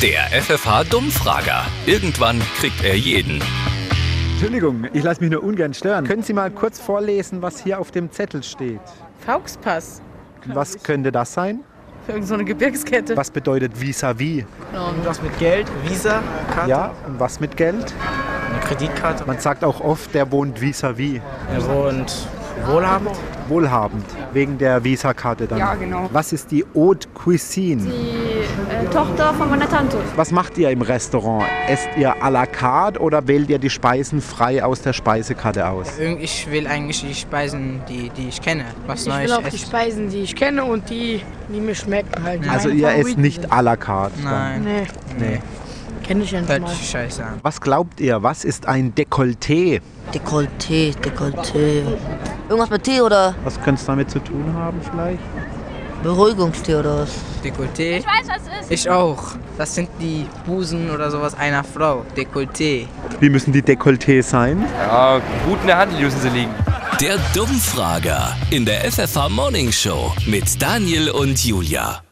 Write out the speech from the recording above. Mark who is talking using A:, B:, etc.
A: Der FFH-Dummfrager. Irgendwann kriegt er jeden.
B: Entschuldigung, ich lasse mich nur ungern stören.
C: Können Sie mal kurz vorlesen, was hier auf dem Zettel steht?
D: Fauxpass.
C: Was könnte das sein?
D: Für irgendeine so eine Gebirgskette.
C: Was bedeutet vis-à-vis?
E: Irgendwas mit Geld, Visa, Karte,
C: Ja, und was mit Geld?
E: eine Kreditkarte.
C: Man sagt auch oft, der wohnt vis-à-vis.
E: Er wohnt wohlhabend.
C: Wohlhabend, wegen der Visa-Karte dann. Ja, genau. Was ist die Haute Cuisine?
F: die äh, Tochter von meiner Tante.
C: Was macht ihr im Restaurant? Esst ihr à la carte oder wählt ihr die Speisen frei aus der Speisekarte aus?
G: Irgend- Ich will eigentlich die Speisen, die, die ich kenne, was
H: Ich
G: Neues
H: will auch die
G: essen.
H: Speisen, die ich kenne und die, die mir schmecken halt.
C: Also ihr esst nicht à la carte. dann?
G: Nein,
H: Nee,
C: Nee.
H: kenne ich ja nicht
G: hört
H: mal.
G: sich scheiße an.
C: Was glaubt ihr, was ist ein Dekolleté?
I: Dekolleté, Dekolleté. Irgendwas mit Tee oder
C: Was könnte es damit zu tun haben vielleicht?
I: Beruhigungstee oder was?
G: Dekolleté?
F: Weiß, was es ist?
G: Ich auch. Das sind die Busen oder sowas einer Frau. Dekolleté.
C: Wie müssen die Dekolletés sein?
J: Ja, gut in der Hand müssen sie liegen.
A: Der Dummfrager in der FFH Morning Show mit Daniel und Julia.